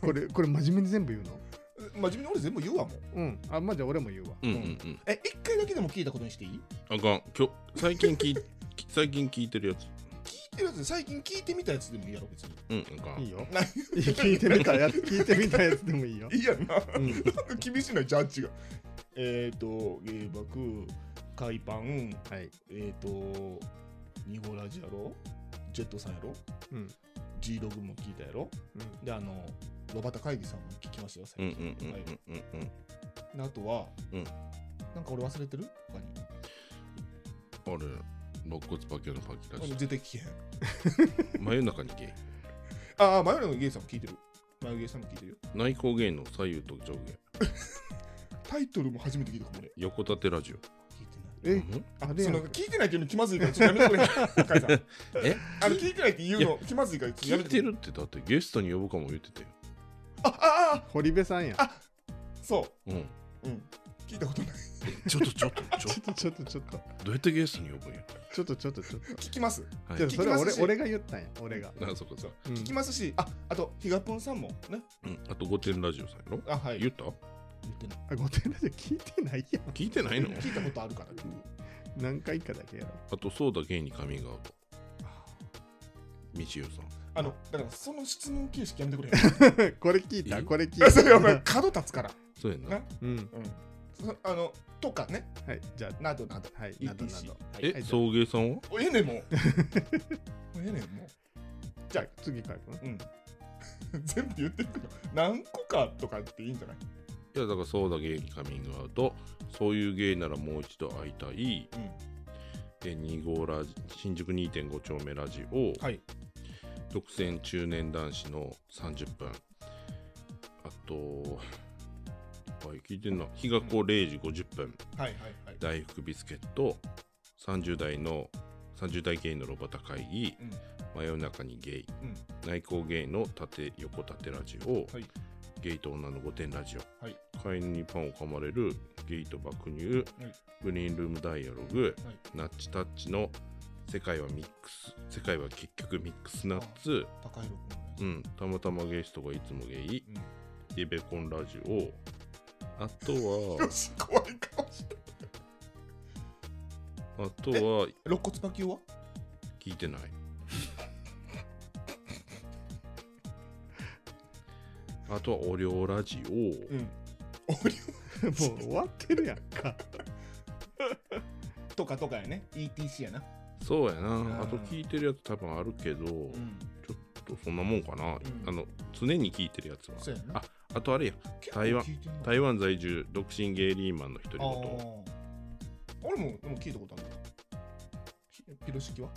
A: これこれ真面目に全部言うの
C: 真面目に俺全部言うわ、もう。
A: うんあまあじゃあ俺も言うわ
B: うんうんうん。
C: え、一回だけでも聞いたことにしていい
B: あかん。きょ最近聞いき最近聞いてるやつ。
C: 聞いてるやつ、最近聞いてみたやつでもいいやろ、別に。
B: うん、あかん。
A: いいよ
C: ない
A: いや聞いてみたやつ聞いてみたやつでもいいよ
C: いいやんな。
A: うん
C: なんか 厳しいな、ジャッジが。えっ、ー、と、芸爆、海パン、
A: はい
C: えっ、ー、と、ニゴラジやろ、ジェットさんやろ、
A: うん
C: G ログも聞いたやろ、
A: う
C: で、あの、ロバタ会議さんも聞きましたよ、
B: うんう
C: 最
B: ん
C: 近。
B: うん
C: はい
B: うんうんうん。
C: であとは、
B: うん
C: なんか俺忘れてる他に。
B: あれ、肋骨パキオのパキ
C: あ
B: ラ
C: の
B: ジ
C: 絶対聞けへん。
B: 真夜中にゲイ。
C: ああ、マヨネーのゲイさんも聞いてる。マヨゲイさんも聞いてるよ。
B: 内向ゲイの左右と上下。
C: タイトルも初めて聞いたかも俺。
B: 横立てラジオ。
C: 聞いてない。
A: え
B: うん
A: あれ
C: そ
A: や
C: の
A: ん
C: 聞いてないっていうの気まずいから、ちょっとやめてくれ。カイさん
B: え
C: あの聞いてないって言うの気まずいから、ちょ
B: 聞
C: っとやめ
B: い
C: て
B: て
C: くれ
B: るってだってゲストに呼ぶかも言ってたよ。
C: あああ
A: 堀部さんや
C: あそ
B: うん。
C: う。うん。聞いたことない。
B: ちょっとちょっと、ちょ
A: ちょっとちょっとちょっと
B: どうやってゲストに呼ぶんや。
A: ちょっとちょっとちょっと
C: 聞きます。
B: はい
A: じゃあそれは
C: 聞きま
A: 俺
C: すし
A: 俺が言ったんや俺が
B: あ、そこさ。
A: うん
C: 聞きますし、あ、あと、ヒガポンさんもね。
B: うん。あと、御殿ラジオさんやろ
C: あ、はい。
B: 言った
C: 言ってない。
A: あ御殿ラジオ聞いてないや
B: 聞いてないの
C: 聞いたことあるから。
A: ん何回かだけやろ
B: あと、そうだ、ゲイにカミングアウト。みちよさん。
C: あの、だからその質問形式やめてくれ。
A: これ聞い
B: い
A: た
B: い
A: これ聞い
C: いやそれお前
A: た
C: 角立つから。
B: そうやんな。
C: な。
A: うん
C: うん。そあの、とかね。
A: はいじゃ
C: などなど。
A: あはいなどな
C: ETC
A: ど。
B: え、送迎さんは
C: おええねんもう。もうええねんもう。
A: じゃあ次かいくん
C: うん。 全部言ってるけど、何個かとかっていいんじゃない
B: いや、だから、そうだ、ゲイにカミングアウト。そういうゲイならもう一度会いたい。
C: うん。
B: で、2号ラジ、新宿2.5丁目ラジオ。
C: はい。
B: 独占中年男子の30分あといっぱい聞いてんな日が子0時50分
C: はいはいはい。
B: 大福ビスケット30代の30代ゲイのロバタ会議
C: うん。
B: 真夜中にゲイ、
C: うん
B: 内向ゲイの縦横縦ラジオ、
C: はい
B: ゲイと女の御殿ラジオ、
C: はい
B: 飼い犬にパンを噛まれるゲイと爆乳、
C: はい
B: グリーンルームダイアログ、
C: はい
B: ナッチタッチの世界はミックス世界は結局ミックスナッツ、
C: 高弘君のやつ
B: う。ん、たまたまゲストがいつもゲイ、イベコンラジオ、あと
C: うん
B: は
C: よ、し、怖い顔して。
B: あとは
C: 肋骨パキオは
B: 聞い てない。あとは、お料ラジオ、
C: ん。おり
A: もう終わってるやんか
C: とかとかやね。ETC やな。
B: そうや
C: ん
B: な、あと聞いてるやつ多分あるけど、
C: うん。
B: そんなもんかな、
C: ん
B: あの、常に聞いてるやつは。
C: そうやな。
B: あ、あとあれや、
C: 結構
B: 台湾
C: 聞いてんの
B: 台湾在住、独身ゲイリーマンの独り
C: あ
B: 言、
C: ー俺もでも聞いたことあるなピロシキは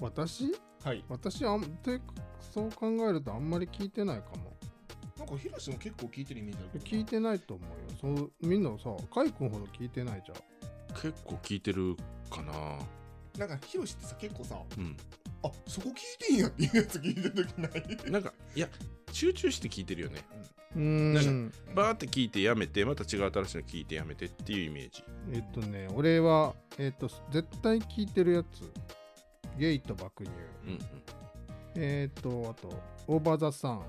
A: 私
C: はい
A: 私あんてそう考えるとあんまり聞いてないかも
C: なんかヒロシも結構聞いてるイメージあるけど
A: 聞いてないと思うよそうみんなさかいくんほど聞いてないじゃん
B: 結構聞いてるかな。
C: ななんかヒロシってさ結構さ
B: うん。
C: あそこ聞いてんやっていうやつ聞いてる時ない
B: なんか、いや、集中して聞いてるよね。
A: うーん
B: なんバーって聞いてやめてまた違う新しいの聞いてやめてっていうイメージ
A: えっとね俺はえっと絶対聞いてるやつゲイと爆乳
B: うんうん
A: えっとあとオーバーザさん
B: あ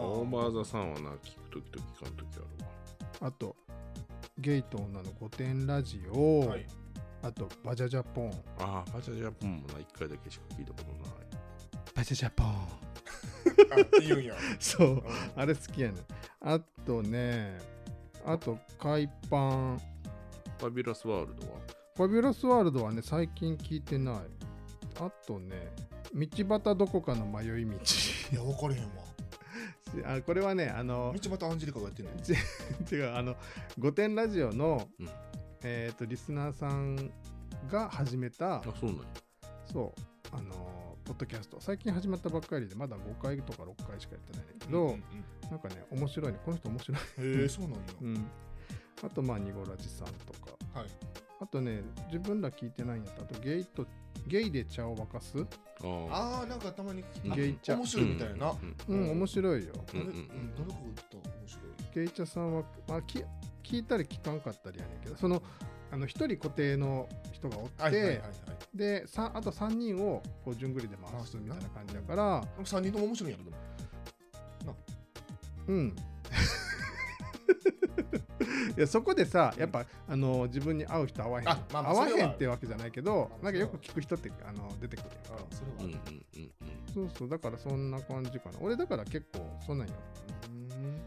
B: ー
C: ー
B: オーバーザさんはな聞くときと聞かんときあるわ
A: あとゲイと女の御殿ラジオ、
C: はい
A: あとバジャジャポン
B: ああパチャジャポンもな1回だけしか聞いたことない
A: バジャジャポン
C: あって言 うんや
A: そうあれ好きやねんあとねあと海パン
B: ファビュラスワールドは
A: ファビュラスワールドはね最近聞いてないあとね道端どこかの迷い道
C: いや分かれへんわ
A: あこれはねあの
C: 道端アンジェリカがやってんのよ
A: 違うあの「御殿ラジオの」
B: うん
A: えーとリスナーさんが始めた
B: あそうなんや
A: そうあのーポッドキャスト最近始まったばっかりでまだ5回とか6回しかやってないんだけど、なんかね面白いねこの人面白い、
C: うんへえそうなんや
A: うん、あとまあニゴラジさんとか
C: はい
A: あとね、自分ら聞いてないんやった。あと、ゲイと、ゲイで茶を沸かす。
B: あ
C: ああ、なんかたまに聞
A: ゲ
C: い
A: イ
C: た。
A: 茶
C: 面白いみたいな。
B: うんうん
A: うん、
C: うん
A: 面白いよ。
B: うんうん
C: どれうんどれかが言ってた面白い。
A: ゲイ茶さんは、まあ、き聞いたり聞かんかったりやねんけど、その、あの、一人固定の人がおって、
C: はいはいはいはい。
A: で、さんあと3人を、こう、順繰りで回すみたいな感じだから、
C: 3人とも面白いんやろ、でも。
A: うん。いやそこでさ、やっぱ、あの自分に合う人合わへん、
C: あまあまあ
A: 合わ
C: それ
A: へ
C: は
A: んってわけじゃないけど、
C: まあ
A: なんかよく聞く人ってあの出てくるやんか
C: それは
B: う
C: あ
B: んう
C: る
B: んうんうん
A: そうそう、だからそんな感じかな。俺だから結構、そんなんよ。
C: うん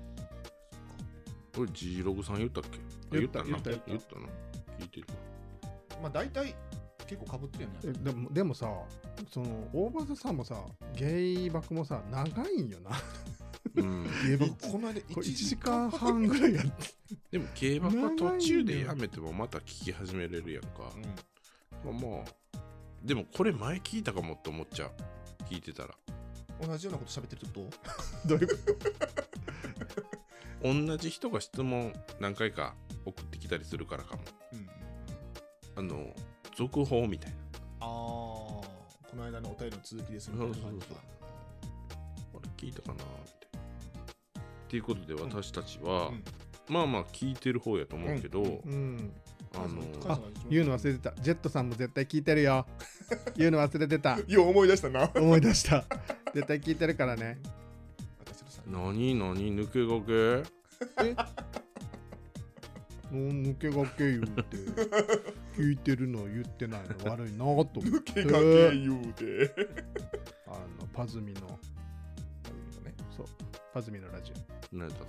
B: 俺、ジログさん言ったっけあ
A: 言った
B: 言った
A: 言っ。
B: な
A: た
B: 言ったな。聞いてる。
C: まあ大体結構かぶってるよ
A: え
C: ね。
A: でもでもさ、その、大場さんもさ、ゲイバクもさ、長いん よな。
B: うん。
A: ゲイバク。
C: この間
A: こ
C: 1
A: れ1
C: 時
A: 時
C: 間
A: 間半ぐらいやって。
B: でも、競馬は途中でやめてもまた聞き始めれるやんか。まあまあ、でもこれ前聞いたかもって思っちゃう。聞いてたら。
C: うん同じようなこと喋ってるってこと
A: どういうこ
B: 同じ人が質問何回か送ってきたりするからかも。
C: うん
B: あの、続報みたいな。
C: ああ、この間のお便りの続きですみたいな感じ
B: そう
C: か
B: そう。あれ聞いたかなみたいな。っていうことで私たちは、
C: うん
B: まあまあ聞いてる方やと思うけど、
C: うん
A: とうん。
B: あ
C: カ
B: の
C: ズさんが一番
A: 言うの忘れてた。ジェットさんも絶対聞いてるよ。言うの忘れてた。
C: いや、思い出したな。
A: 思い出した。絶対聞いてるからね。
C: 私のさん
B: 何何抜け駆け
A: もう抜けがけ言うて、聞いてるの言ってないの悪いなと思って。抜
C: 手がけ言 うて。
A: あの、パズミの、そう、パズミのラジ
B: 何やった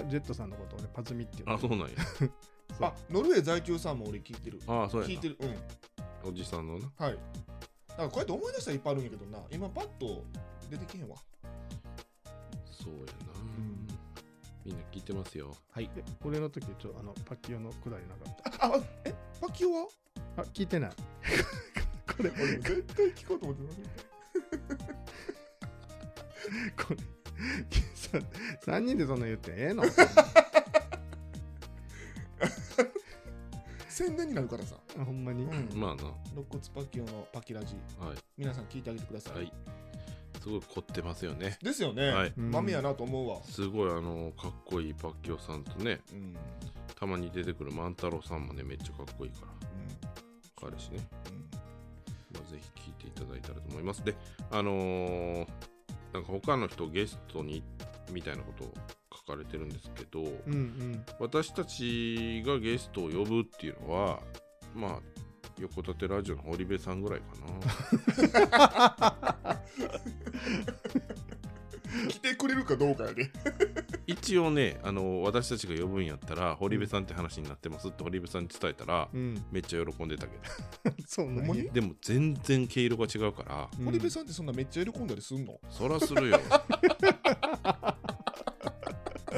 A: オ。
B: れ。
A: あ、ジェットさんのこと俺パズミって言
B: あ、
A: う
B: そうなんや。
A: そう
C: あ、ノルウェー在住さんも俺聞いてる。
B: あそうやな
C: 聞いてる。うん。
B: おじさんのな。
C: はい。だからこうやって思い出したらいっぱいあるんやけどな、今パッと出てけへんわ。
B: そうやな。
C: ん
B: みんな聞いてますよ。
C: はい。
A: え俺の時ちょっとあのパキオのくだりなかっ
C: あ、あえ、パキオは
A: たあ聞いてない
C: これ、俺絶対聞こうと思ってなかっ
A: これ3人でそんな言ってええの
C: た宣伝になるからさ。
A: ほんまに、
C: うん。
B: まあ
C: 肋骨パキオのパキラジ、
B: な。はい。
C: 皆さん聞いてあげてください。
B: はい。すごい凝ってますよね。
C: ですよね。
B: はい。
A: うん
C: 豆やなと思うわ。
B: すごいあのかっこいいパッキョさんとね
C: うん。うん。
B: たまに出てくる万太郎さんもねめっちゃかっこいいから彼氏ね、
C: うん
B: まあ、ぜひ聞いていただいたらと思いますであのーなんか他の人ゲストにみたいなことを書かれてるんですけど、
A: うんうん
B: 私たちがゲストを呼ぶっていうのはまあ横立てラジオの堀部さんぐらいかな
C: 来てくれるかどうかやで。
B: 一応ねあの私たちが呼ぶんやったら堀部さんって話になってますって堀部さんに伝えたら、
A: うん、
B: めっちゃ喜んでたけど
A: そうなん
C: ほんま
A: や
C: に
B: でも全然毛色が違うから、
A: う
C: 堀部さんってそんなめっちゃ喜んだりす んの
B: そらする よ。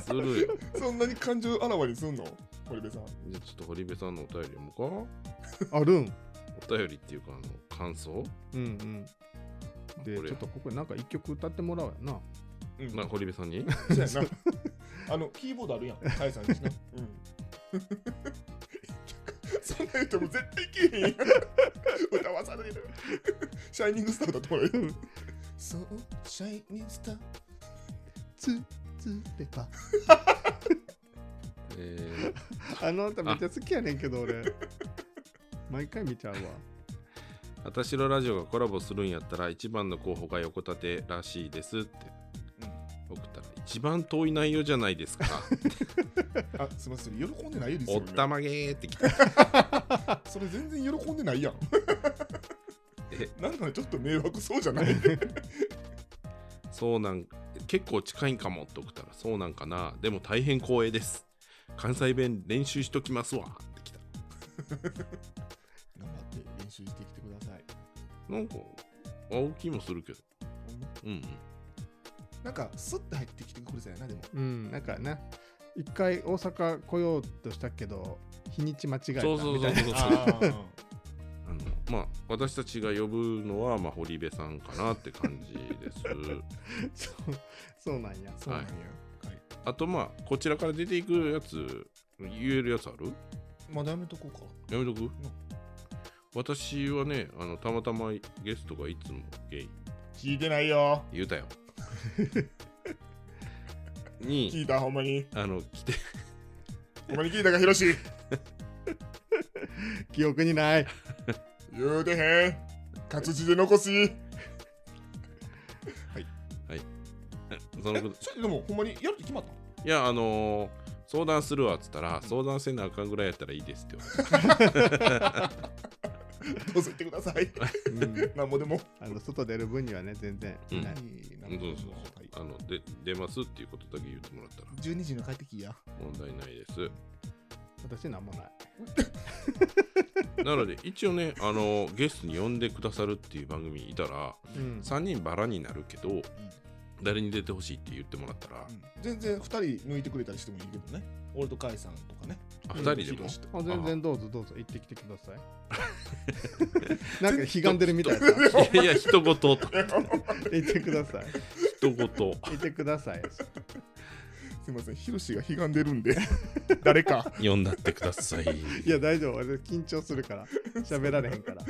B: するよ。
C: そんなに感情あらわにすんの堀部さん。
B: じゃあちょっと堀部さんのお便り読む
A: あるん
B: かお便りっていうか、あの、感想
A: うんうんで
B: これ
A: ちょっとここなんか一曲歌ってもらおうやな
C: うん
B: な、堀部さんに
C: そうやな。あの、キーボードあるやん、カイさんですね。うん。 そんな言っても絶対けえへんやん。歌わされる。シャイニングスターだと思うよ。そう、シャイニングスター。
A: つつれば
B: え
A: あの歌めっちゃ好きやねんけど 俺毎回見ちゃうわ
B: ー、あたしろラジオがコラボするんやったら、一番の候補が横立てらしいですって送ったら、一番遠い内容じゃないです か。
C: あ、すみません、喜んでないです
B: お
C: よ、
B: っ
C: ね。
B: たまげーってきた。
C: それ全然喜んで ないやん。
B: え
C: なんかちょっと迷惑そうじゃない
B: そうなん、結構近いんかもって送ったら、そうなんかな。でも大変光栄です。関西弁練習しときますわってきた。
C: 頑張って練習してきてください。
B: なんか、青木もするけど。うんうん。
C: なんか、スッて入ってきてくれそうやな、でも。
A: うんなんかね一回大阪来ようとしたけど日にち間違えたみたい
B: そう
A: な
B: そうそうそうそう。
C: あー
B: あのまあ私たちが呼ぶのはまあ堀部さんかなって感じ です。
A: そうそうなんや
C: そうなんや。
B: あとまあこちらから出ていくやつ言えるやつある？
C: うまだやめとこうか。
B: やめとく、私はねあのたまたまゲストがいつもゲイ
C: 聞いてないよ。
B: 言う たよに
C: 聞いた、ほんまに。
B: あの来て
C: ほんまに聞いたか、ヒロシ。
A: 記憶にない。
C: 言うてへん。活字で残す。
B: その
C: え
B: こと、
C: それでも、ほんまにやるって決まった
B: いやあのー相談するわっつったら、相談せなあかんぐらいやったらいいですって言われ
C: どうぞ言ってください。
A: うん
C: なんぼでも。
A: あの外出る分にはね、全然。
B: うん
A: はい
B: たそうそう
C: はい
B: そうあので出ますっていうことだけ言ってもらったら
D: 12時の帰ってきや。
B: 問題ないです
A: 私なんもない。
B: なので一応ね、あのゲストに呼んでくださるっていう番組いたら
A: うん
B: 3人バラになるけど、誰に出てほしいって言ってもらったら、
C: うん全然2人抜いてくれたりしてもいいけどね。俺と甲斐さんとかね。
B: あ
C: うん
B: 2人でも
C: ヒロシと
A: あ全然どうぞどうぞ行ってきてください。 なんか悲願でるみたいな。
B: いやいや人ごとと
A: 行ってください。
B: 人ごと
A: 行ってください。
C: すいません、ヒロシが悲願でるん で、誰か。
B: 呼んだってください
A: いや大丈夫。俺緊張するから喋られへんから。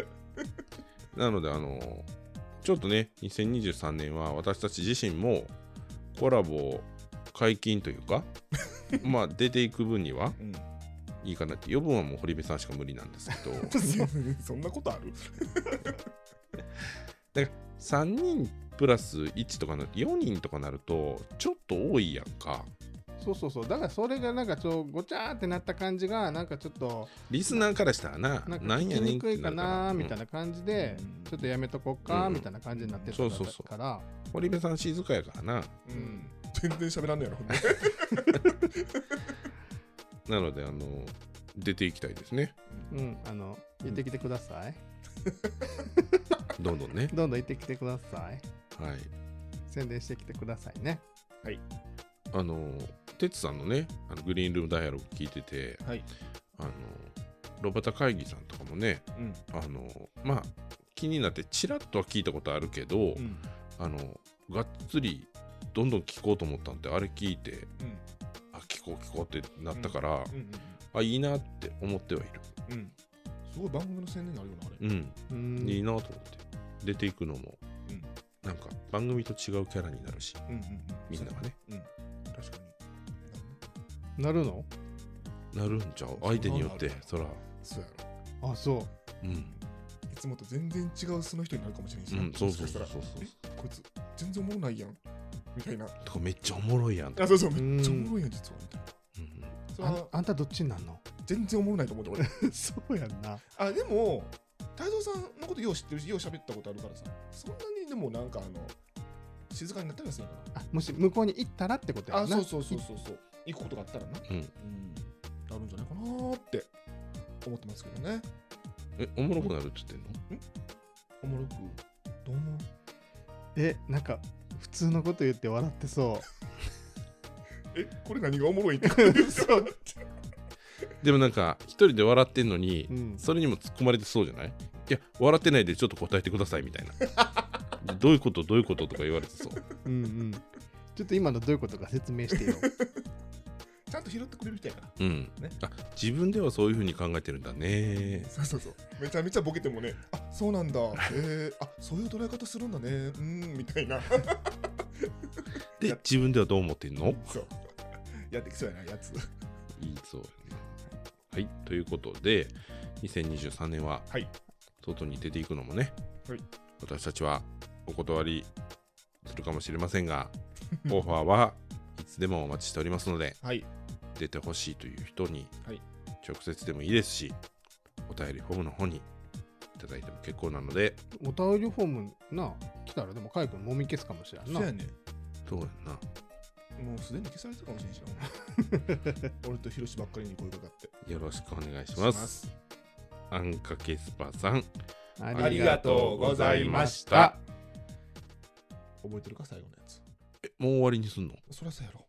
B: なのであのちょっとね2023年は私たち自身もコラボ解禁とい うかまあ出ていく分には
C: うん、
B: いいかなって余分はもう堀部さんしか無理なんです けど
C: そんなことある
B: 3人プラス1とかな4人とかなるとちょっと多いやんか
A: そうそうそう。だからそれがなんかちょごちゃーってなった感じがなんかちょっと
B: リスナーからしたらな
A: なんか
B: なん
A: 聞
B: や
A: き
B: ねん
A: にくいかなー
B: って
A: み
B: る
A: たいな感じで
C: うん
A: ちょっとやめとこっ
B: うん
A: か
B: うん
A: みたいな感じになってた
B: そうそうそう
A: から。
B: うん堀部さん静かやからな
C: うん、全然喋らんのやろ、ほんで
B: なのであの出ていきたいですね
A: うんあの行ってきてください。
B: どんどんね
A: どんどん行ってきてください。
B: はい
A: 宣伝してきてくださいね。
B: あの哲さんのねあのグリーンルームダイアログ聞いてて
C: はい、
B: あのロバタ会議さんとかもね
C: うん
B: あのまあ気になってちらっとは聞いたことあるけど、
C: うん
B: あのがっつりどんどん聞こうと思ったんであれ聞いて
C: うん
B: あ聞こう聞こうってなったから、
C: うん
B: あいいなって思ってはいる
C: うんうんすごい番組の宣伝になるよなあれ
B: うん、
A: う
B: いい
A: ん。
B: なと思って出ていくのも、
C: うん
B: なんか番組と違うキャラになるし
C: うんうん
B: みんながね
C: 確かに
A: なるの？
B: なるんちゃう相手によってそ
C: そ
B: ら
C: そうやろ
A: あそう。
B: うん
C: いつもと全然違うその人になるかもしれんし
B: う
C: な、
B: んそう
C: もし
B: そ
C: か
B: う
C: し
B: そうそ
C: たら
B: うそう
C: えこいつ全然おもろないやんみたいなあ
B: とかめっちゃおもろいやんとか、
C: そうそう
A: うん
C: めっちゃおもろいやん実はみたい
B: うん
C: なそれ
A: あ
C: は
A: あんたどっちに なんの？
C: 全然おもろないと思って俺
A: そうやんな。
C: あでも太蔵さんのことよう知ってるしよう喋ったことあるからさそんなにでもなんかあの静かになったりはせんか
A: あもし向こうに行ったらってこと
C: な
A: や
C: あ
A: んな。
C: そうそうそうそうそう行くことがあったらな
B: うん
C: うん、なるんじゃないかなーって思ってますけどね。
B: え、おもろくなるって言ってんの
C: おもろく、どうも。
A: えなんか普通のこと言って笑ってそ
C: え、これ何がおもろい って
A: う。そう。
B: でもなんか、一人で笑ってんのに
A: う、 ん。
B: それにも突っ込まれてそうじゃないいや、笑ってないでちょっと答えてくださいみたい な。どういうことどういうこととか言われてそう。
A: うんうん。ちょっと今のどういうことか説明してよ。
C: ちゃんと拾ってくれる人やから。
B: うん。
C: ね
B: あ、自分ではそういうふうに考えてるんだね。
C: そうそうそう。めちゃめちゃボケてもね、あそう なんだ、えー、あそういう捉え方するんだね、うーん、みたいな。い
B: で
C: や、
B: 自分ではどう思ってんの
C: そう。やってきそうやな、やつ。
B: いいそうやな。はい、ということで、2023年は、
C: はい
B: 外に出ていくのもね、
C: はい
B: 私たちはお断りするかもしれません が、オファーはいつでもお待ちしておりますので、
C: はい。
B: 出てほしいという人に
C: はい
B: 直接でもいいですし、お便りフォームの方にいただいても結構なので
A: お便りフォームな来たらでもカイ君もみ消すかもしれんな。
C: ね。
B: どうやんな
C: もうすでに消されてるかもしれんしな。 俺とヒロシばっかりに声かかって。
B: よろしくお願いしますあんかけスパさん
A: あ
C: ありがとうございました覚えてるか、最後のやつ。
B: えもう終わりにすんの
C: そりゃそうやろ。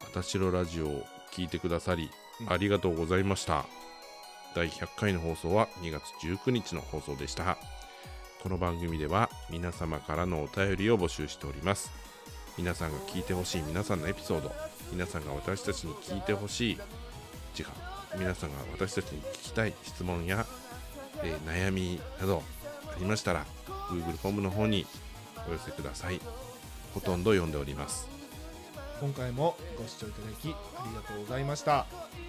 B: あたしろラジオを聞いてくださり
C: うん
B: ありがとうございました、第100回の放送は2月19日の放送でしたこの番組では皆様からのお便りを募集しております皆さんが聞いてほしい皆さんのエピソード皆さんが私たちに聞いてほしい違う皆さんが私たちに聞きたい質問や、えー悩みなどありましたら Google フォームの方にお寄せくださいほとんど読んでおります
C: 今回もご視聴いただきありがとうございました、えー、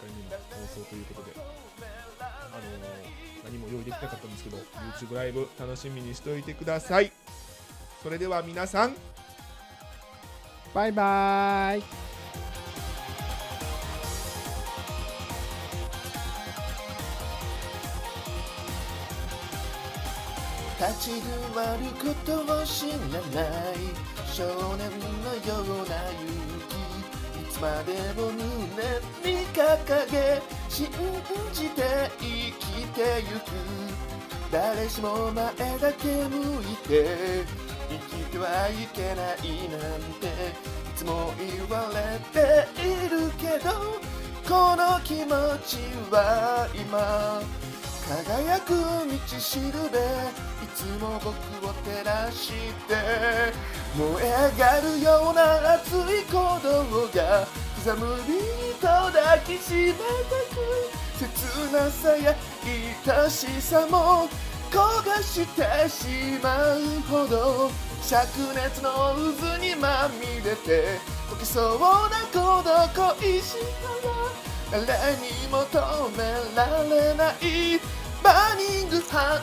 C: 100回目の放送ということであのー何も用意できなかったんですけど YouTube ライブ楽しみにしておいてくださいそれでは皆さん
A: バイバーイ
E: 立ち止まることを知らない少年のような勇気いつまでも胸に掲げ信じて生きてゆく誰しも前だけ向いて生きてはいけないなんていつも言われているけどこの気持ちは今輝く道しるべいつも僕を照らして燃え上がるような熱い鼓動が刻むビートを抱きしめてく切なさや愛しさも焦がしてしまうほど灼熱の渦にまみれて溶けそうな鼓動恋したら誰にも止められないバーニングハ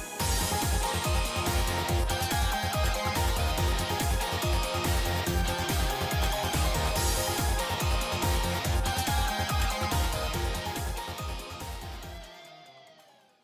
E: イ